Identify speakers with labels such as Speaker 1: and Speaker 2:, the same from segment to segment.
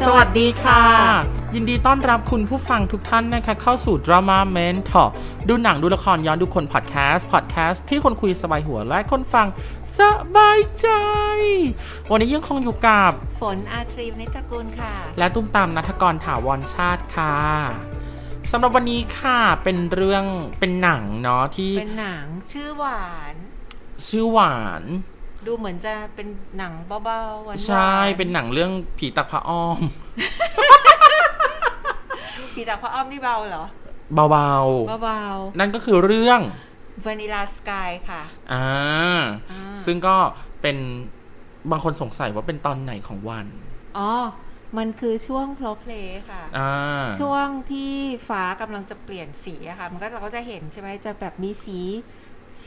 Speaker 1: สวัสดีค่ะ ยินดีต้อนรับคุณผู้ฟังทุกท่านนะคะเข้าสู่ Drama Mentor ดูหนังดูละครย้อนดูคนพอดแคสต์พอดแคสต์ที่คนคุยสบายหัวและคนฟังสบายใจ วันนี้ยังคงอยู่กับ
Speaker 2: ฝนอาทรีวนิตระกูลค่ะ
Speaker 1: และตุ้มตามนัทกรถาวรชาติค่ะสำหรับวันนี้ค่ะเป็นเรื่องเป็นหนังเนาะที่
Speaker 2: เป็นหนังชื่อหวาน
Speaker 1: ชื่อหวาน
Speaker 2: ดูเหมือนจะเป็นหนังเบาๆหวานๆ
Speaker 1: ใช่เป็นหนังเรื่องผีตาพระอ้อม
Speaker 2: ผีตากพระอ้อมนี่เบาเหรอ
Speaker 1: เบา
Speaker 2: เบา
Speaker 1: ๆ นั่นก็คือเรื่อง
Speaker 2: ๆวานิลาสกายค่ะ
Speaker 1: อ่า
Speaker 2: อ่า
Speaker 1: ซึ่งก็เป็นบางคนสงสัยว่าเป็นตอนไหนของวัน
Speaker 2: อ๋อ มันคือช่วงโพลเพลย์ค่ะ
Speaker 1: อ่า
Speaker 2: ช่วงที่ฟ้ากำลังจะเปลี่ยนสีอะค่ะ มันก็เราก็จะเห็นใช่ไหมจะแบบมีสี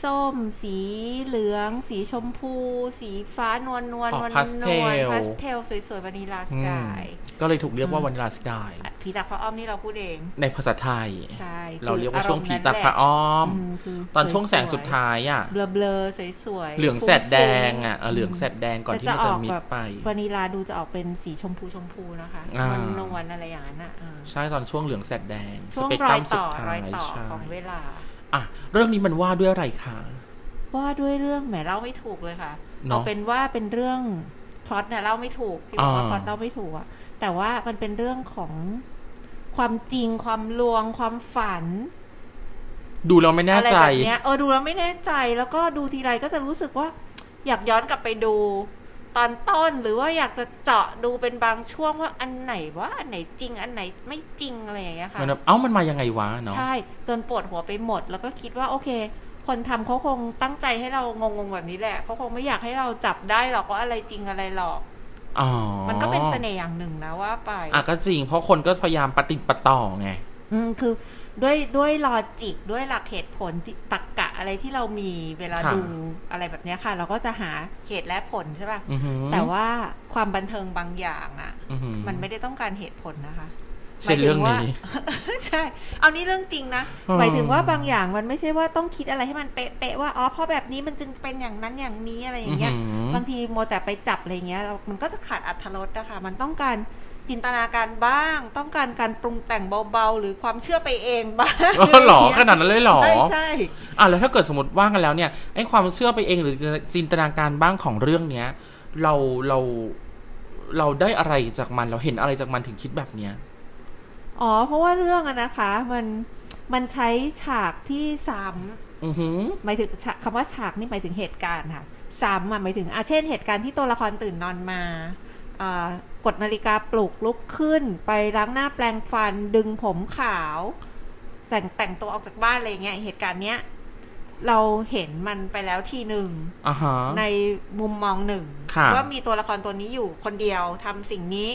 Speaker 2: ส้ม สีเหลือง สีชมพู สีฟ้านวลนวล
Speaker 1: อ๋
Speaker 2: น
Speaker 1: อ
Speaker 2: วลนวล
Speaker 1: pastel
Speaker 2: พาสเทลสวยๆวานิลาส
Speaker 1: อื
Speaker 2: กาม ย
Speaker 1: ก็เลยถูกเรียกว่าวันลาสกาย
Speaker 2: ผีตาพระอ้อมนี่เราพูดเอง
Speaker 1: ในภาษาไทย
Speaker 2: ใช่
Speaker 1: เราเรียกว่าช่วง
Speaker 2: มณ์
Speaker 1: ผี
Speaker 2: นั้น
Speaker 1: ตาพระอ้อม
Speaker 2: มคื
Speaker 1: ตอนช่วงแสงสุดท้ายอ่ะ
Speaker 2: เบลอเบลอๆสวยๆ
Speaker 1: เหลืองแสดแดงอ่ะเออเหลืองแสดแดงก่อนที่มันจะมิดไป
Speaker 2: วานิลาดูจะออกเป็นสีชมพูชมพูนะคะ
Speaker 1: อ่า
Speaker 2: นวลนวลๆอะไรอย่างนั้นอ่ะอ่า
Speaker 1: ใช่ตอนช่วงเหลืองแสดแดง
Speaker 2: ช่วง
Speaker 1: สเปก
Speaker 2: รอ
Speaker 1: ตรั
Speaker 2: ย
Speaker 1: มสุ
Speaker 2: ต่
Speaker 1: ด
Speaker 2: อ
Speaker 1: ท้าร
Speaker 2: อย ยต่อ
Speaker 1: ใช่
Speaker 2: ของเวลา
Speaker 1: อ่ะเรื่องนี้มันว่าด้วยอะไรคะ
Speaker 2: ว่าด้วยเรื่องแหมเล่าไม่ถูกเลยค่ะ
Speaker 1: เนอะ
Speaker 2: เอาเป็นว่าเป็นเรื่องพล็อตเนี่ยเล่าไม่ถูกที่บอกว่า
Speaker 1: อ่า
Speaker 2: พล็อตเล่าไม่ถูกอะแต่ว่ามันเป็นเรื่องของความจริงความลวงความฝัน
Speaker 1: ดูเราไม่แน่
Speaker 2: อะไร
Speaker 1: ใจ
Speaker 2: แบบเนี้ยเออดูแล้วไม่แน่ใจแล้วก็ดูทีไรก็จะรู้สึกว่า อยากย้อนกลับไปดู ตอนต้นหรือว่าอยากจะเจาะดูเป็นบางช่วงว่าอันไหนว่าอันไหนจริงอันไหนไม่จริงอะไรอย่างเงี้ยค่ะ
Speaker 1: มันแบบเอ้ามันมายังไงวะเนาะ
Speaker 2: ใช่จนปวดหัวไปหมด แล้วก็คิดว่าโอเค คนทำเขาคงตั้งใจให้เรางงๆแบบนี้แหละเขาคงไม่อยากให้เราจับได้หรอกว่าอะไรจริงอะไรหรอก
Speaker 1: อ๋อ
Speaker 2: มันก็เป็นเสน่ห์อย่างหนึ่งนะว่าไป
Speaker 1: อ่ะก็จริง เพราะคนก็พยายามปฏิดปะต่อไง
Speaker 2: อืมคือด้วยด้วยลอจิกด้วยหลักเหตุผลที่ตรกกะอะไรที่เรามีเวลา
Speaker 1: ค่ะ
Speaker 2: ดูอะไรแบบเนี้ยค่ะ เราก็จะหาเหตุและผลใช่ป่ะ
Speaker 1: อือหือ
Speaker 2: แต่ว่าความบันเทิงบางอย่างอะ่ะ
Speaker 1: อือหือ
Speaker 2: มันไม่ได้ต้องการเหตุผลนะคะ
Speaker 1: เช่นเรื่องนี้
Speaker 2: หมายถึง ว่า ใช่ เอานี่เรื่องจริงนะ
Speaker 1: อืม
Speaker 2: หมายถึงว่าบางอย่างมันไม่ใช่ว่าต้องคิดอะไรให้มันเป๊ะๆว่าอ๋อเพราะแบบนี้มันจึงเป็นอย่างนั้นอย่างนี้อะไรอย่างเงี้ย
Speaker 1: หื
Speaker 2: บางทีโมวแต่ไปจับอะไรเงี้ยเรามันก็จะขาดอัธรสนะคะ มันต้องการจินตนาการบ้าง ต้องการการปรุงแต่งเบาๆ หรือความเชื่อไปเองบ้าง
Speaker 1: เออหรอขนาดนั้นเลยเหรอ
Speaker 2: ใช่ใช่
Speaker 1: อ่ะแล้วถ้าเกิดสมมติว่ากันแล้วเนี่ยไอ้ความเชื่อไปเองหรือจินตนาการบ้างของเรื่องเนี้ย เราเราเราได้อะไรจากมันเราเห็นอะไรจากมันถึงคิดแบบเนี้ย
Speaker 2: อ๋อ เพราะว่าเรื่องอะนะคะ มันมันใช้ฉากที่ซ้
Speaker 1: อือหือ
Speaker 2: ำหมายถึงฉากคำว่าฉากนี่หมายถึงเหตุการณ์ค่ะซ้ำอะหมายถึงอ่ะเช่นเหตุการณ์ที่ตัวละครตื่นนอนมาอ่ากดนาฬิกาปลุกลุกขึ้น ไปล้างหน้าแปรงฟันดึงผมขาว แต่งแต่งตัวออกจากบ้านอะไรอย่างเงี้ยเหตุการณ์เนี้ยเราเห็นมันไปแล้วทีหนึ่ง
Speaker 1: อ่าฮะ
Speaker 2: ในมุมมองหนึ่ง
Speaker 1: ค่ะ
Speaker 2: ว่ามีตัวละครตัวนี้อยู่คนเดียวทำสิ่งนี้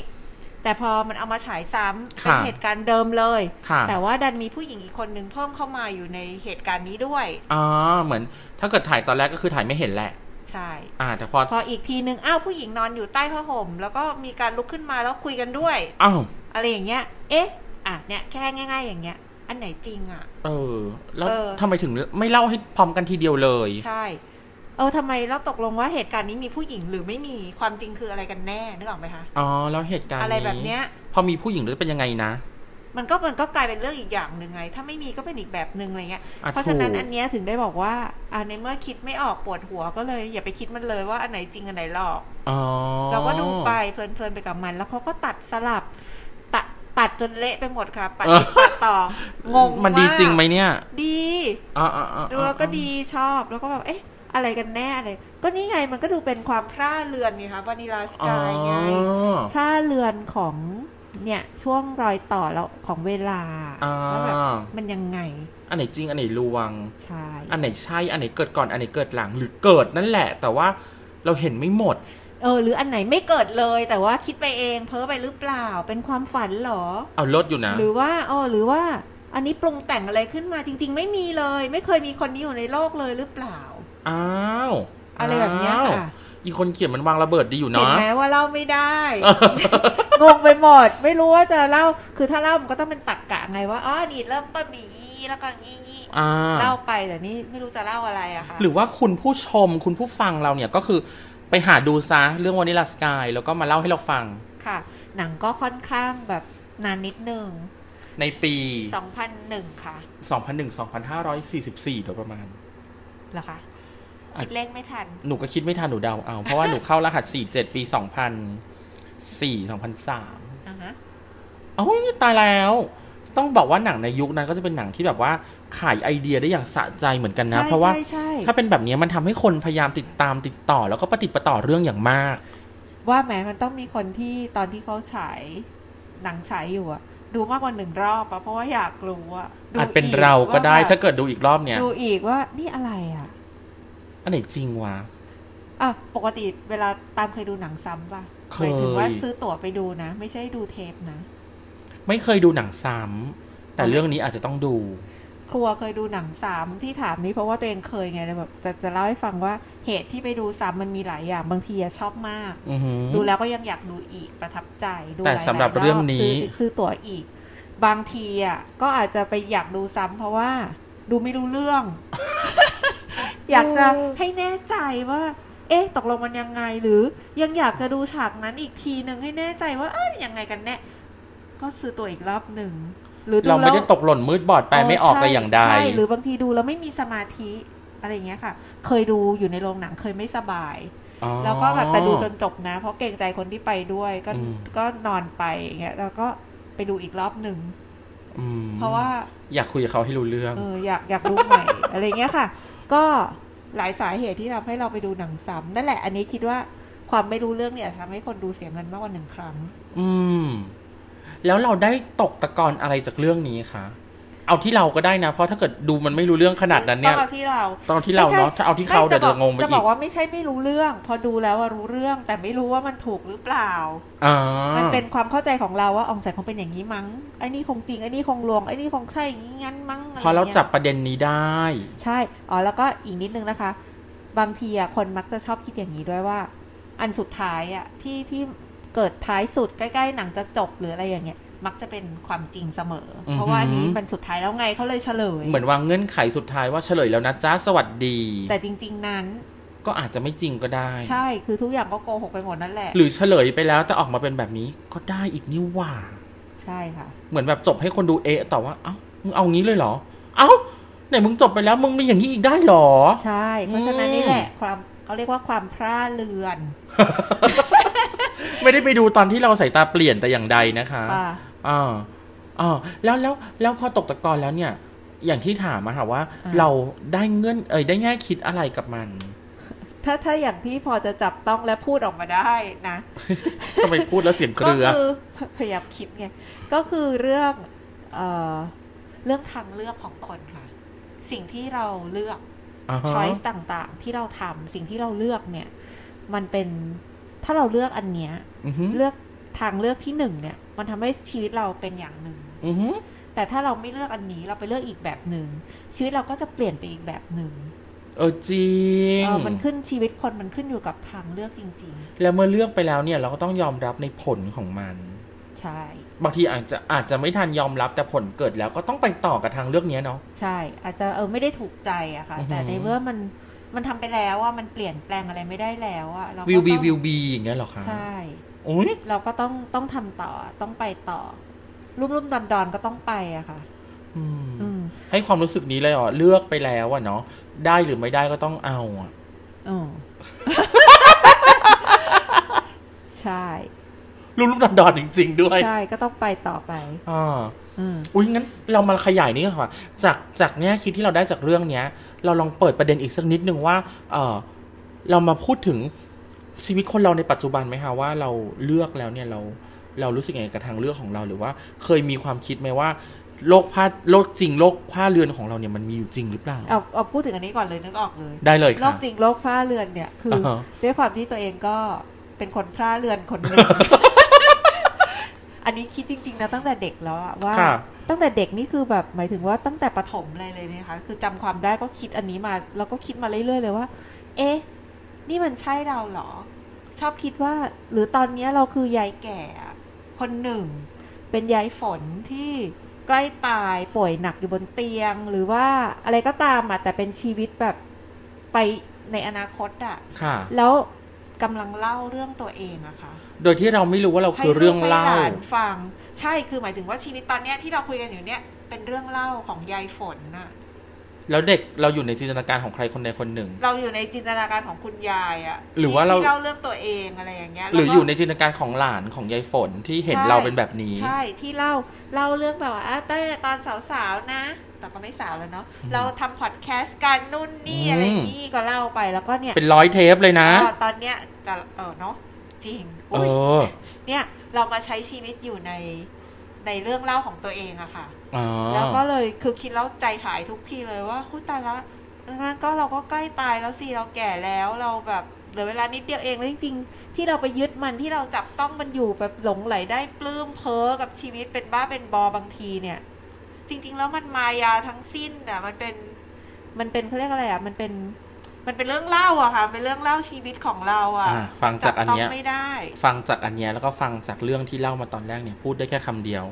Speaker 2: แต่พอมันเอามาฉายซ้ำเป็นเหตุการณ์เดิมเลย
Speaker 1: ค่ะ
Speaker 2: แต่ว่าดันมีผู้หญิงอีกคนหนึ่งเพิ่มเข้ามาอยู่ในเหตุการณ์นี้ด้วย
Speaker 1: อ๋อเหมือน ถ้าเกิดถ่ายตอนแรกก็คือถ่ายไม่เห็นแหละ
Speaker 2: ใช่
Speaker 1: อ่า แต่พอ
Speaker 2: พออีกทีหนึ่งอ้าวผู้หญิงนอนอยู่ใต้ผ้าห่ม แล้วก็มีการลุกขึ้นมาแล้วคุยกันด้วย
Speaker 1: อ้าว
Speaker 2: อะไรอย่างเงี้ย เอ๊ะอ่ะเนี่ยแค่ง่าย ๆ อย่างเงี้ย อันไหนจริงอ่ะ
Speaker 1: เออ แล้ว
Speaker 2: เออ
Speaker 1: ทำไมถึงไม่เล่าให้พร้อมกันทีเดียวเลย
Speaker 2: ใช่ เออทำไมเราตกลงว่าเหตุการณ์นี้มีผู้หญิงหรือไม่มีความจริงคืออะไรกันแน่นึกออกไหมคะ
Speaker 1: อ๋อแล้วเหตุการณ์
Speaker 2: อะไรแบบเนี้ย
Speaker 1: พอมีผู้หญิงแล้วจะเป็นยังไงนะ
Speaker 2: มันก็มันก็กลายเป็นเรื่องอีกอย่างหนึ่งไง ถ้าไม่มีก็เป็นอีกแบบหนึ่งอะไรเงี้ย
Speaker 1: อ่ะ
Speaker 2: เพราะฉะนั้น
Speaker 1: ถูก
Speaker 2: อันเนี้ยถึงได้บอกว่าอ่าในเมื่อคิดไม่ออกปวดหัวก็เลย อย่าไปคิดมันเลยว่าอันไหนจริงอันไหนหลอก
Speaker 1: อ๋อ
Speaker 2: เราก็ดูไปเพลินๆไปกับมัน แล้วเขาก็ตัดสลับ ตัดตัดจนเละไปหมดค่ะปัด
Speaker 1: เออ
Speaker 2: ปัดต่องง
Speaker 1: มันดี
Speaker 2: าก
Speaker 1: จริงไหมเนี่ย
Speaker 2: ดี
Speaker 1: อ่าอ่าอ่า
Speaker 2: ดูแล้วก็ดีชอบแล้วก็แบบเอ๊ะ อะไรกันแน่อะไรก็นี่ไงมันก็ดูเป็นความพร่าเรือนไงคะวานิลาส
Speaker 1: อ๋อก
Speaker 2: ายไงพร่าเรือนของเนี่ยช่วงรอยต่อแล้วของเวลา
Speaker 1: อ่า
Speaker 2: ว่าแบบมันยังไง
Speaker 1: อันไหนจริงอันไหนลวง
Speaker 2: ใช่
Speaker 1: อันไหนใช่ อันไหนเกิดก่อน อันไหนเกิดหลัง หรือเกิดนั่นแหละ แต่ว่าเราเห็นไม่หมด
Speaker 2: เออหรืออันไหนไม่เกิดเลย แต่ว่าคิดไปเองเพ้อไปหรือเปล่าเป็นความฝันเหรอ
Speaker 1: เอาลดอยู่นะ
Speaker 2: หรือว่าอ๋อหรือว่าอันนี้ปรุงแต่งอะไรขึ้นมาจริง ๆ ไม่มีเลย ไม่เคยมีคนนี้อยู่ในโลกเลยหรือเปล่า
Speaker 1: อ้าว
Speaker 2: อะไรแบบเนี้ย
Speaker 1: อ้าว
Speaker 2: ค่ะ
Speaker 1: อีคนเขียนมันวางระเบิดดีอยู่
Speaker 2: เห็น
Speaker 1: เนาะ
Speaker 2: ไหมว่าเล่าไม่ได้ งงไปหมด ไม่รู้ว่าจะเล่า คือถ้าเล่ามันก็ต้องเป็นตักกะไงว่า อ๋อ นี่เริ่มต้นมีอย่างงี้แล้วก็อย่างงี้
Speaker 1: อ่า
Speaker 2: เล่าไปแต่นี่ไม่รู้จะเล่าอะไรอะค่ะ
Speaker 1: หรือว่าคุณผู้ชมคุณผู้ฟังเราเนี่ยก็คือไปหาดูซะเรื่องวานิลาสกาย แล้วก็มาเล่าให้เราฟัง
Speaker 2: ค่ะ หนังก็ค่อนข้างแบบนานนิดนึง
Speaker 1: ในปี
Speaker 2: 2001 ค่ะ
Speaker 1: 2001-2544 โดยประมาณ
Speaker 2: เหรอคะ คิดเลขไม่ทัน
Speaker 1: หนูก็คิดไม่ทันหนูเดาเอา เพราะว่าหนูเข้ารหัส 47 ปี 2004 2003
Speaker 2: อ่าฮะ
Speaker 1: เอ้ยตายแล้ว ต้องบอกว่าหนังในยุคนั้นก็จะเป็นหนังที่แบบว่าขายไอเดียได้อย่างสะใจเหมือนกันนะ
Speaker 2: ใช่
Speaker 1: เพราะว่า
Speaker 2: ใช่ใช่
Speaker 1: ถ้าเป็นแบบนี้มันทำให้คนพยายามติดตามติดต่อ แล้วก็ปฏิดประต่อเรื่องอย่างมาก
Speaker 2: ว่าแหมมันต้องมีคนที่ตอนที่เขาฉายหนังฉายอยู่อะดูมากกว่าหนึ่งรอบอะเพราะว่าอยากรู้อะดู
Speaker 1: อาจเป็น
Speaker 2: อี
Speaker 1: เราก็ได้
Speaker 2: ว่แบบ
Speaker 1: ถ้าเกิดดูอีกรอบเนี่ย
Speaker 2: ดูอีกว่านี่อะไรอะ
Speaker 1: อันไหนจริงวะ
Speaker 2: อ่ะปกติเวลาตามเคยดูหนังซ้ำป่ะ
Speaker 1: เค
Speaker 2: ห
Speaker 1: ย
Speaker 2: มายถึงว่าซื้อตั๋วไปดูนะ ไม่ใช่ดูเทปนะ
Speaker 1: ไม่เคยดูหนังซ้ำแต่เรื่องนี้อาจจะต้องดู
Speaker 2: ครัวเคยดูหนังซ้ำที่ถามนี้เพราะว่าตัวเองเคยไงเลยแบบแต่จะเล่าให้ฟังว่าเหตุที่ไปดูซ้ำมันมีหลายอย่างบางทีอะชอบมาก
Speaker 1: อือหือ
Speaker 2: ดูแล้วก็ยังอยากดูอีกประทับใจดู
Speaker 1: แต่
Speaker 2: ลายๆ
Speaker 1: สำหรับเรื่องนี้
Speaker 2: ซื้ซื้อตั๋วอีก บางทีอ่ะก็อาจจะไปอยากดูซ้ำเพราะว่า ดูไม่รู้เรื่อง อยากจะให้แน่ใจว่า เอ๊ะตกลงมันยังไงหรือ ยังอยากจะดูฉากนั้นอีกทีหนึ่งให้แน่ใจว่าเอ้ยยังไงกันแน่ก็ซื้อตั๋วอีกรอบหนึ่งหรือดู
Speaker 1: เราไม่
Speaker 2: แล้ว
Speaker 1: ได้ตกหล่นมืดบอดไปไม่ออก
Speaker 2: เใช่
Speaker 1: ไปอย่างใด
Speaker 2: ใช่หรือบางทีดูแล้วไม่มีสมาธิอะไรอย่างเงี้ยค่ะ เคยดูอยู่ในโรงหนังเคยไม่สบาย
Speaker 1: อ๋อ
Speaker 2: แล้วก็แบบแต่ดูจนจบนะ เพราะเกรงใจคนที่ไปด้วยก็
Speaker 1: อืม
Speaker 2: ก็นอนไปอย่างเงี้ยแล้วก็ไปดูอีกรอบหนึ่ง
Speaker 1: อืม
Speaker 2: เพราะว่า
Speaker 1: อยากคุยกับเขาให้รู้เรื่อง
Speaker 2: เอออยากอยากรู้ใหม่ อะไรเงี้ยค่ะ ก็หลายสาเหตุที่ทำให้เราไปดูหนังซ้ำนั่นแหละอันนี้คิดว่าความไม่รู้เรื่องเนี่ยทำให้คนดูเสียเงินมากกว่าหนึ่งครั้ง
Speaker 1: อืม แล้วเราได้ตกตะกอนอะไรจากเรื่องนี้คะ เอาที่เราก็ได้นะ เพราะถ้าเกิดดูมันไม่รู้เรื่องขนาดนั้นเนี่ย
Speaker 2: ต้องเอาที่เรา
Speaker 1: ตอนที่เรา
Speaker 2: ไม่ใช่
Speaker 1: เนาะถ้าเอาที่เขา
Speaker 2: ไม่
Speaker 1: เดี๋ย
Speaker 2: จะบ
Speaker 1: วเรา
Speaker 2: อก
Speaker 1: งงไป
Speaker 2: จะบ
Speaker 1: อี
Speaker 2: อก กว่าไม่ใช่ไม่รู้เรื่อง พอดูแล้วว่ารู้เรื่อง แต่ไม่รู้ว่ามันถูกหรือเปล่า
Speaker 1: อ่ามั
Speaker 2: มันเป็นความเข้าใจของเราว่าอองแสงคงเป็นอย่างนี้มั้งไอ้นี่คงจริงไอ้นี่คงลวงไอ้นี่คงใช่อย่างนี้งั้นมั้งอะไร
Speaker 1: พอเรา
Speaker 2: งี้ย
Speaker 1: จับประเด็นนี้ได้
Speaker 2: ใช่ อ๋อแล้วก็อีกนิดนึงนะคะ บางทีอ่ะคนมักจะชอบคิดอย่างนี้ด้วยว่า อันสุดท้ายอ่ะที่ที่เกิดท้ายสุดใกล้ๆหนังจะจบหรืออะไรอย่างเงี้ย มักจะเป็นความจริงเสมอ
Speaker 1: อือหือ
Speaker 2: เพราะว่าอันนี้มันสุดท้ายแล้วไงเขาเลยเฉลย
Speaker 1: เหมือนวางเงื่อนไขสุดท้ายว่าเฉลยแล้วนะจ้าสวัสดี
Speaker 2: แต่จริง ๆนั้น
Speaker 1: ก็อาจจะไม่จริงก็ได้
Speaker 2: ใช่ คือทุกอย่างก็โกหกไปหมดนั่นแหละ
Speaker 1: หรือเฉลยไปแล้วแต่ออกมาเป็นแบบนี้ ก็ได้อีกนี่หว่า
Speaker 2: ใช่ค่ะ
Speaker 1: เหมือนแบบจบให้คนดูเอะต่อว่า เอ้า มึงเอางี้เลยเหรอ เอ้า ไหนมึงจบไปแล้วมึงมีอย่างนี้อีกได้เหรอ
Speaker 2: ใช่ เพราะฉะนั้นนี่แหละความเขาเรียกว่าความพร่าเรือน
Speaker 1: ไม่ได้ไปดูตอนที่เราสายตาเปลี่ยนแต่อย่างใดนะคะ
Speaker 2: ป่ะ
Speaker 1: อ่าอ่าแล้วแล้วแล้วพอตกตะกอนแล้วเนี่ย อย่างที่ถามอะค่ะว่า
Speaker 2: อ่า
Speaker 1: เราได้เงื่อนเอยได้แง่คิดอะไรกับมัน
Speaker 2: ถ้าถ้าอย่างที่พอจะจับต้องและพูดออกมาได้นะ
Speaker 1: ทำไมพูดแล้วเสียงเค
Speaker 2: ก็
Speaker 1: รือ
Speaker 2: คือ พยายามคิดไง ก็คือเรื่องเอ่อเรื่องทางเลือกของคนค่ะ สิ่งที่เราเลือก
Speaker 1: อ่าฮะ
Speaker 2: ช้อยส์ต่างๆ ที่เราทำสิ่งที่เราเลือกเนี่ย มันเป็นถ้าเราเลือกอันเนี้ย
Speaker 1: อือฮึ
Speaker 2: เลือกทางเลือกที่หนึ่งเนี่ย มันทำให้ชีวิตเราเป็นอย่างหนึ่ง
Speaker 1: อือฮึ
Speaker 2: แต่ถ้าเราไม่เลือกอันนี้เราไปเลือกอีกแบบหนึ่งชีวิตเราก็จะเปลี่ยนไปอีกแบบหนึ่ง
Speaker 1: เออจริ
Speaker 2: เอง อมันขึ้นชีวิตคนมันขึ้นอยู่กับทางเลือกจริง
Speaker 1: แล้วเมื่อเลือกไปแล้วเนี่ย เราก็ต้องยอมรับในผลของมัน
Speaker 2: ๆ ใช่
Speaker 1: บางทีอาจจะอาจจะไม่ทันยอมรับแต่ผลเกิดแล้วก็ต้องไปต่อกับทางเลือกเนี้ยเนาะ
Speaker 2: ใช่ อาจจะเออไม่ได้ถูกใจอะค่ะ
Speaker 1: อือหือ
Speaker 2: แต่ในเมื่อมันมันทำไปแล้วว่ามันเปลี่ยนแปลงอะไรไม่ได้แล้วอะเราก็
Speaker 1: วิวบี
Speaker 2: ต้อง
Speaker 1: วิวบีอย่างเงี้ยเหรอคะ
Speaker 2: ใช่
Speaker 1: อุ้ย
Speaker 2: เราก็ต้องต้องทำต่อต้องไปต่อ รุ่มๆดอนๆก็ต้องไปอะค่ะ
Speaker 1: อืม
Speaker 2: อืม
Speaker 1: ให้ความรู้สึกนี้เลยอ๋อเลือกไปแล้วอะเนาะได้หรือไม่ได้ก็ต้องเอาอะ
Speaker 2: อืม ใช่
Speaker 1: รุ่มรุ่มดอนดอนจริง ๆ ด้วย
Speaker 2: ใช่ก็ต้องไปต่อไป
Speaker 1: อ่า
Speaker 2: อืม
Speaker 1: อุ้ยงั้นเรามาขยายนี้ก่อนค่ะ จากจากเนี้ยคิดที่เราได้จากเรื่องเนี้ย เราลองเปิดประเด็นอีกสักนิดนึงว่า เออเรามาพูดถึงชีวิตคนเราในปัจจุบันไหมคะว่าเราเลือกแล้วเนี่ยเราเรารู้สึกยังไงกับทางเลือกของเราหรือว่า เคยมีความคิดไหมว่า โลกผ้าโลกจริงโลกผ้าเรือนของเราเนี่ยมันมีอยู่จริงหรือเปล่า
Speaker 2: เอาเอาพูดถึงอันนี้ก่อนเลยนึกออกเลย
Speaker 1: ได้เลย
Speaker 2: โร
Speaker 1: ค่ะ
Speaker 2: คจริงโรคพร่าเรือนเนี่ยคืออ
Speaker 1: อฮะ
Speaker 2: ด้วยความที่ตัวเองก็เป็นคนพร่าเรือนคนหนึ่ง อันนี้คิดจริง ๆ นะตั้งแต่เด็กแล้วอะว่า
Speaker 1: ค่ะ
Speaker 2: ตั้งแต่เด็กนี่คือแบบหมายถึงว่าตั้งแต่ประถมอะไรเลยนะคะ คือจำความได้ก็คิดอันนี้มา แล้วก็คิดมาเรื่อยๆเลยว่า เอ๊ะ นี่มันใช่เราเหรอ ชอบคิดว่า หรือตอนเนี้ยเราคือยายแก่อะคนหนึ่ง เป็นยายฝนที่ใกล้ตายป่วยหนักอยู่บนเตียง หรือว่าอะไรก็ตามอะแต่เป็นชีวิตแบบไปในอนาคตอะ
Speaker 1: ค่ะ
Speaker 2: แล้ว กำลังเล่าเรื่องตัวเองอะค่ะ
Speaker 1: โดยที่เราไม่รู้ว่าเรา
Speaker 2: ให้
Speaker 1: คือเรื่อง
Speaker 2: กให้
Speaker 1: เล่า
Speaker 2: หลานฟัง ใช่คือหมายถึงว่าชีวิตตอนเนี้ยที่เราคุยกันอยู่เนี่ยเป็นเรื่องเล่าของยายฝนน่ะ
Speaker 1: แล้วเด็กเราอยู่ในจินตนาการของใครคนใดคนหนึ่ง
Speaker 2: เราอยู่ในจินตนาการของคุณยายอะ
Speaker 1: หรือว่าเรา
Speaker 2: ที่เล่าเรื่องตัวเองอะไรอย่างเงี้ย
Speaker 1: หรือ
Speaker 2: แล้วก็
Speaker 1: อยู่ในจินตนาการของหลานของยายฝนที่เห็น
Speaker 2: ใช่
Speaker 1: เราเป็นแบบนี้
Speaker 2: ใช่ที่เล่าเล่าเรื่องแบบว่าอ่ะตั้งแต่ตอนสาวๆนะ แต่ก็ไม่สาวแล้วเนาะ
Speaker 1: อืม
Speaker 2: เราทำพอดแคสต์กันนู่นนี่อะไร
Speaker 1: อืม
Speaker 2: นี่ก็เล่าไปแล้วก็เนี่ย
Speaker 1: เป็นร้อยเทปเลยนะ
Speaker 2: ก็ตอนเนี้ยจะเออเนาะจริง
Speaker 1: เอ
Speaker 2: อุ้ย
Speaker 1: อ
Speaker 2: เนี่ยเรามาใช้ชีวิตอยู่ในในเรื่องเล่าของตัวเองอะค่ะ
Speaker 1: อ๋อ
Speaker 2: แล้วก็เลยคือคิดแล้วใจหายทุกทีเลยว่าหุ้ยตายละงั้นก็เราก็ใกล้ตายแล้วสิเราแก่แล้วเราแบบเหลือเวลานิดเดียวเองแล้วจริงๆ ที่เราไปยึดมันที่เราจับต้องมันอยู่แบบหลงไหลได้ปลื้มเพ้อกับชีวิตเป็นบ้าเป็นบอบางทีเนี่ย จริง ๆ แล้วมันมายาทั้งสิ้นอ่ะมันเป็นมันเป็นเขาเรียกอะไรอ่ะมันเป็นมันเป็นเรื่องเล่าอะค่ะ เป็นเรื่องเล่าชีวิตของเราอะ
Speaker 1: อ่ะฟังจากอัน
Speaker 2: ต้อ
Speaker 1: เนี้ย
Speaker 2: งไม่ได้
Speaker 1: ฟังจากอันเนี้ยแล้วก็ฟังจากเรื่องที่เล่ามาตอนแรกเนี่ยพูดได้แค่คำเดียว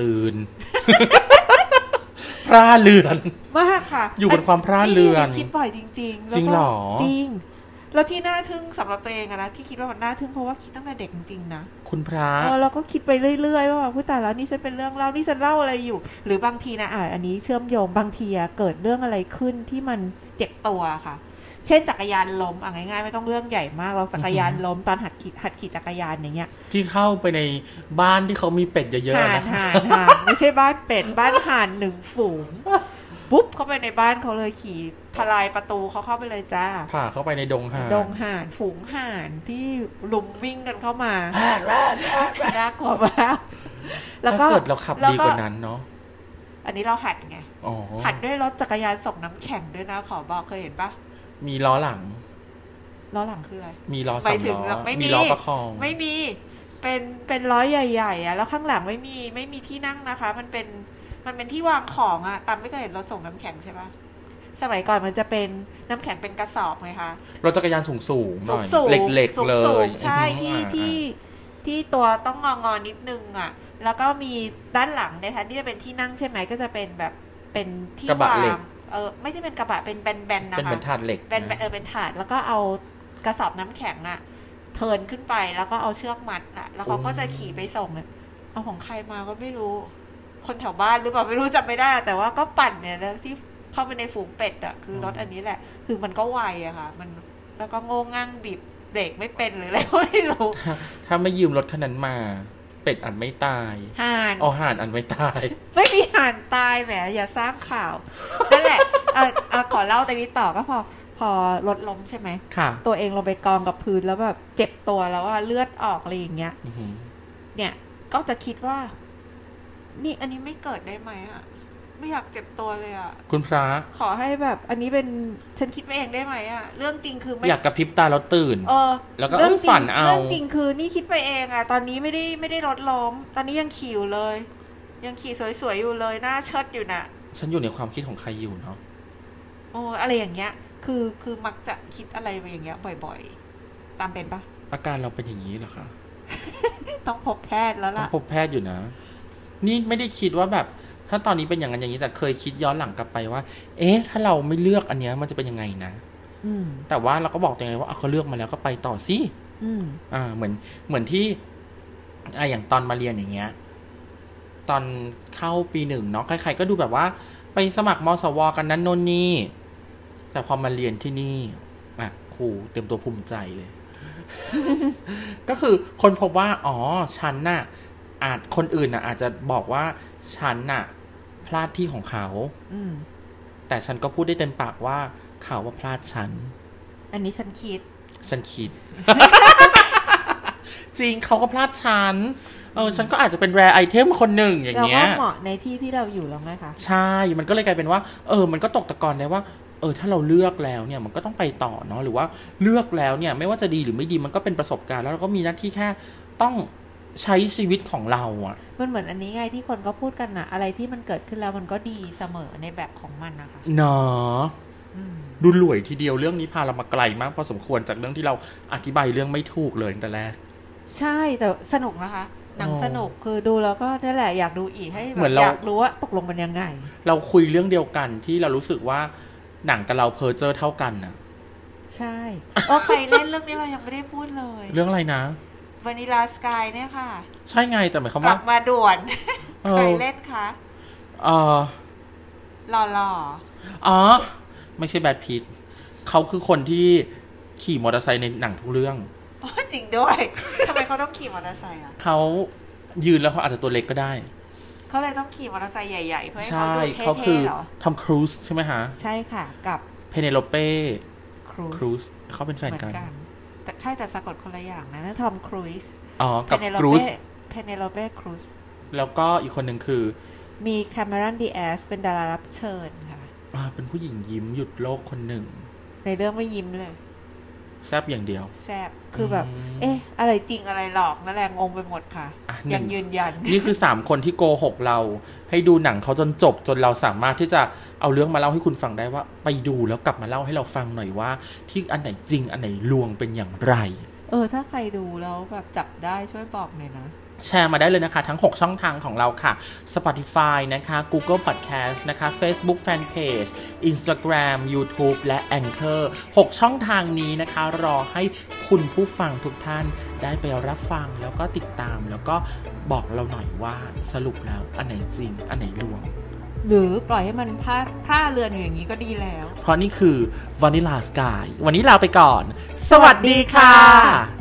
Speaker 1: ตื่ น พร่าเลือน
Speaker 2: มากค่ะ
Speaker 1: อยู่บนความพร่าเรือน
Speaker 2: นี่คิดบ่อยจริงๆแล้ว
Speaker 1: จริ
Speaker 2: ก็
Speaker 1: งเหรอ
Speaker 2: จริง แล้วที่น่าทึ่งสำหรับตัวเองอะนะที่คิดว่ามันน่าทึ่งเพราะว่าคิดตั้งแต่เด็กจริงๆนะ
Speaker 1: คุณพระ
Speaker 2: เออเราก็คิดไปเรื่อยๆว่าแบบผู้ตายแล้วนี่ฉันเป็นเรื่องเล่านี่ฉันเล่าอะไรอยู่ หรือบางทีนะอ่าอันนี้เชื่อมโยงบางทีอะเกิดเรื่องอะไรขึ้นที่มันเจ็บตัวค่ะ เช่นจักรยานล้มอ่ะง่ายๆ ไม่ต้องเรื่องใหญ่มากเราจักรยานล้มตอนหัดขี่หัดขี่จักรยานอย่างเงี้ย
Speaker 1: ที่เข้าไปในบ้านที่เขามีเป็ดเยอะ
Speaker 2: ห่าน
Speaker 1: ๆนะคะ
Speaker 2: ห่านห่านไม่ใช่บ้านเป็ด บ้านห่านหนึ่งฝูงปุ๊บเข้าไปในบ้านเขาเลยขี่ทลายประตูเขาเข้าไปเลยจ้า
Speaker 1: ผ่าเข้าไปในดงหา
Speaker 2: ดงห่านฝูงห่านที่ลุมวิ่งกันเข้ามา
Speaker 1: แรดแรดแรด
Speaker 2: น่ากลัวมากแล้วก็
Speaker 1: ถ้าเกิดเราขับดีกว่านั้นเนาะ
Speaker 2: อันนี้เราหัดไง
Speaker 1: อ๋อ
Speaker 2: หัดด้วยรถจักรยานส่งน้ำแข็งด้วยนะขอบอกเคยเห็นปะ
Speaker 1: มีล้อหลัง
Speaker 2: ล้อหลังคืออะไร
Speaker 1: มีล้อ
Speaker 2: ไป
Speaker 1: สาม
Speaker 2: ถึง
Speaker 1: ล้อ
Speaker 2: ไม่มี
Speaker 1: มีล้อประคอง
Speaker 2: ไม่มีเป็นเป็นล้อใหญ่ๆอ่ะแล้วข้างหลังไม่มีไม่มีที่นั่งนะคะ มันเป็นมันเป็นที่วางของอ่ะตามไม่เคยเห็นรถส่งน้ำแข็งใช่ปะสมัยก่อนมันจะเป็นน้ำแข็งเป็นกระสอบไงคะ
Speaker 1: รถจักรยานสูงสูงๆห
Speaker 2: สู
Speaker 1: น่อง ย
Speaker 2: สูง
Speaker 1: เหล็ก
Speaker 2: สู
Speaker 1: ๆ
Speaker 2: ง
Speaker 1: เล
Speaker 2: สู
Speaker 1: ย
Speaker 2: งใช่ที่
Speaker 1: อ่า
Speaker 2: ที่ที่ตัวต้องงองอนิดนึงอ่ะ แล้วก็มีด้านหลังในแทนที่จะเป็นที่นั่งใช่ไหมก็จะเป็นแบบเป็นที่
Speaker 1: กระบะ
Speaker 2: วา
Speaker 1: เหล็
Speaker 2: ง
Speaker 1: ก
Speaker 2: เออไม่ใช่เป็นกระบะเป็นแบนๆนะคะ
Speaker 1: เป็นบรรทัดเหล็ก
Speaker 2: เป็น
Speaker 1: นะ
Speaker 2: เออเป็นถาดแล้วก็เอากระสอบน้ำแข็งอะเทิร์นขึ้นไปแล้วก็เอาเชือกมัดอะแล้วเขา
Speaker 1: โอ้
Speaker 2: ก็จะขี่ไปส่งอะเอาของใครมาก็ไม่รู้ คนแถวบ้านหรือเปล่าไม่รู้จำไม่ได้ แต่ว่าก็ปั่นเนี่ยแล้วที่เข้าไปในฝูงเป็ดอะคือรถอันนี้แหละ คือมันก็ไวอะค่ะ มันแล้วก็โง่งั่งบีบเบรกไม่เป็นหรืออะไรก็ไม่รู้
Speaker 1: ถ้าถ้าไม่ยืมรถคันนั้นมา เป็ดอันไม่ตาย
Speaker 2: ห่าน
Speaker 1: อ๋อห่านอันไม่ตาย
Speaker 2: ไม่มีห่านตายแหมอย่าสร้างข่าวนั่นแหละอ่ะอ่ะขอเล่าแต่นี้ต่อก็พอพอรถล้มใช่ไหม
Speaker 1: ค่ะ
Speaker 2: ตัวเองลงไปกองกับพื้นแล้วแบบเจ็บตัวแล้วว่าเลือดออกอะไรอย่างเงี้ย
Speaker 1: อื้อหือ
Speaker 2: เนี่ยก็จะคิดว่า นี่อันนี้ไม่เกิดได้ไหมอะไม่อยากเจ็บตัวเลยอะ
Speaker 1: คุณพระ
Speaker 2: ขอให้แบบ อันนี้เป็นฉันคิดไปเองได้ไหมอะเรื่องจริงคือไม่
Speaker 1: อยากกระพริบตาแล้วตื่น
Speaker 2: เออ
Speaker 1: แล้วก็
Speaker 2: เรื่องจริ
Speaker 1: ฝั
Speaker 2: ง
Speaker 1: นเอา
Speaker 2: เรื่องจริงคือนี่คิดไปเองอะตอนนี้ไม่ได้ไม่ได้ลดล้มตอนนี้ยังขี่อยู่เลย ยังขี่สวยๆอยู่เลยหน้าเชิดอยู่น่ะ
Speaker 1: ฉันอยู่ในความคิดของใครอยู่เนาะ
Speaker 2: โอ้อะไรอย่างเงี้ย คือคือมักจะคิดอะไรไปอย่างเงี้ย บ่อยๆ ตามเป็นปะ
Speaker 1: อาการเราเป็นอย่างนี้เหรอคะ
Speaker 2: ต้องพบแพทย์แล้ว
Speaker 1: ต้อง
Speaker 2: ล่ะ
Speaker 1: พบแพทย์อยู่นะ นี่ไม่ได้คิดว่าแบบ ถ้าตอนนี้เป็นอย่างนั้นอย่างนี้แต่เคยคิดย้อนหลังกลับไปว่า เอ๊ะ ถ้าเราไม่เลือกอันเนี้ยมันจะเป็นยังไงนะ
Speaker 2: อืม
Speaker 1: แต่ว่าเราก็บอกตัวเองเลยว่าเอาเขาเลือกมาแล้วก็ไปต่อสิ
Speaker 2: อืม
Speaker 1: อ่าเหมือนเหมือนที่อ่าอย่างตอนมาเรียนอย่างเงี้ย ตอนเข้าปีหนึ่งเนาะใครๆก็ดูแบบว่า ไปสมัครมสวกันนั้นโนนนี่แต่พอมาเรียนที่นี่อ่ะครูเตรียมตัวภูมิใจเลย ก็คือคนพบว่า อ๋อฉันน่ะ อาจคนอื่นน่ะ อาจจะบอกว่าฉันน่ะ พลาดที่ของเขา
Speaker 2: อืม
Speaker 1: แต่ฉันก็พูดได้เต็มปากว่าเขาว่าพลาดฉัน
Speaker 2: อันนี้ฉันคิด
Speaker 1: ฉันคิด จริงเขาก็พลาดฉัน เออ ฉันก็อาจจะเป็นแรไอเทมคนหนึ่งอย่าง
Speaker 2: เรา
Speaker 1: เงี้
Speaker 2: ก็
Speaker 1: ย
Speaker 2: เหมาะในที่ที่เราอยู่แล้วไงคะ
Speaker 1: ใช่ มันก็เลยกลายเป็นว่า เออ มันก็ตกตะกอนได้ว่า เออ ถ้าเราเลือกแล้วเนี่ย มันก็ต้องไปต่อเนาะ หรือว่าเลือกแล้วเนี่ย ไม่ว่าจะดีหรือไม่ดี มันก็เป็นประสบการณ์ แล้วเราก็มีหน้าที่แค่ต้องใช้ชีวิตของเราอะ
Speaker 2: มันเหมือนอันนี้ไงที่คนก็พูดกันนะอะไรที่มันเกิดขึ้นแล้วมันก็ดีเสมอในแบบของมันนะคะ
Speaker 1: เนาะดูหลวยทีเดียวเรื่องนี้พาเรามาไกลมากพอสมควรจากเรื่องที่เราอธิบายเรื่องไม่ถูกเลยตั้งแต่แรก
Speaker 2: ใช่แต่สนุกนะคะ หนัง
Speaker 1: อ๋อ
Speaker 2: สนุกคือดูแล้วก็นั่นแหละอยากดูอีกให้แบ
Speaker 1: เหมือบ น
Speaker 2: อ
Speaker 1: เรา
Speaker 2: ยากรู้ว่าตกลงมันยังไง
Speaker 1: เราคุยเรื่องเดียวกันที่เรารู้สึกว่าหนังกับเราเพอเจอร์เท่ากันนะ
Speaker 2: ใช่โอเคเล่นเรื่องนี้เรายังไม่ได้พูดเลย
Speaker 1: เรื่องอะไรนะ
Speaker 2: วานิลาสกายเนี่ยค่ะ
Speaker 1: ใช่ไงแต่หมายความ
Speaker 2: กลั
Speaker 1: ว่า
Speaker 2: บมาด่วน
Speaker 1: เออ
Speaker 2: ใครเล่นคะ
Speaker 1: เออ
Speaker 2: หล่อ
Speaker 1: อ๋อ ไม่ใช่แบทพีทเขาคือคนที่ขี่มอเตอร์ไซค์ในหนังทุกเรื่อง
Speaker 2: ๆอ๋อจริงด้วย ทำไมเขาต้องขี่มอเตอร์ไซค์อ่ะ
Speaker 1: เขายืนแล้วเขาอาจจะตัวเล็กก็ได้
Speaker 2: เขาเลยต้องขี่มอเตอร์ไซค์ใหญ่ๆ เพื่อให้
Speaker 1: ใช่
Speaker 2: เขาดู
Speaker 1: เขาคื
Speaker 2: เท่ๆเหรอ
Speaker 1: ทอมครูซใช่ไหมฮะ
Speaker 2: ใช่ค่ะ กับ
Speaker 1: เพเนโลเป้
Speaker 2: ครู
Speaker 1: ครูซเขาเป็นแฟน
Speaker 2: เหมือ
Speaker 1: กัน น
Speaker 2: กันแต่ใช่แต่สะกดคนละอย่างนะนั่นทอมครูซ
Speaker 1: อ๋อ กับ
Speaker 2: เพเนโล
Speaker 1: ครูซ
Speaker 2: เป้เพเนโลเป้ครูซ
Speaker 1: แล้วก็อีกคนหนึ่งคือ
Speaker 2: มีแคมเมรอนดีแอสเป็นดารารับเชิญค่ะ
Speaker 1: อ่าเป็นผู้หญิงยิ้มหยุดโลกคนหนึ่ง
Speaker 2: ในเรื่องไม่ยิ้มเลย
Speaker 1: แซบอย่างเดียว
Speaker 2: แซบคือแบบ
Speaker 1: อืม
Speaker 2: เอ๊ะ อะไรจริงอะไรหลอกนั่นแหละงงไปหมดค่ะ
Speaker 1: อ่ะห
Speaker 2: ยั
Speaker 1: นึ่ง
Speaker 2: งยืนยัน
Speaker 1: นี่คือสามคนที่โกหกเรา ให้ดูหนังเขาจนจบจนเราสามารถที่จะเอาเรื่องมาเล่าให้คุณฟังได้ว่า ไปดูแล้วกลับมาเล่าให้เราฟังหน่อยว่า ที่อันไหนจริงอันไหนลวงเป็นอย่างไร
Speaker 2: เออ ถ้าใครดูแล้วแบบจับได้ช่วยบอกหน่อยนะ
Speaker 1: แชร์มาได้เลยนะคะทั้ง 6 ช่องทางของเราค่ะ Spotify นะคะ Google Podcast นะคะ Facebook Fanpage Instagram YouTube และ Anchor 6 ช่องทางนี้นะคะ รอให้คุณผู้ฟังทุกท่านได้ไปรับฟังแล้วก็ติดตาม แล้วก็บอกเราหน่อยว่าสรุปแล้วอันไหนจริง อันไหนลวง
Speaker 2: หรือปล่อยให้มันพลาดพลาดเรือนอยู่อย่างนี้ก็ดีแล้ว
Speaker 1: เพราะนี่คือวานิลาสกาย วันนี้ลาไปก่อน สวัสดีค่ะ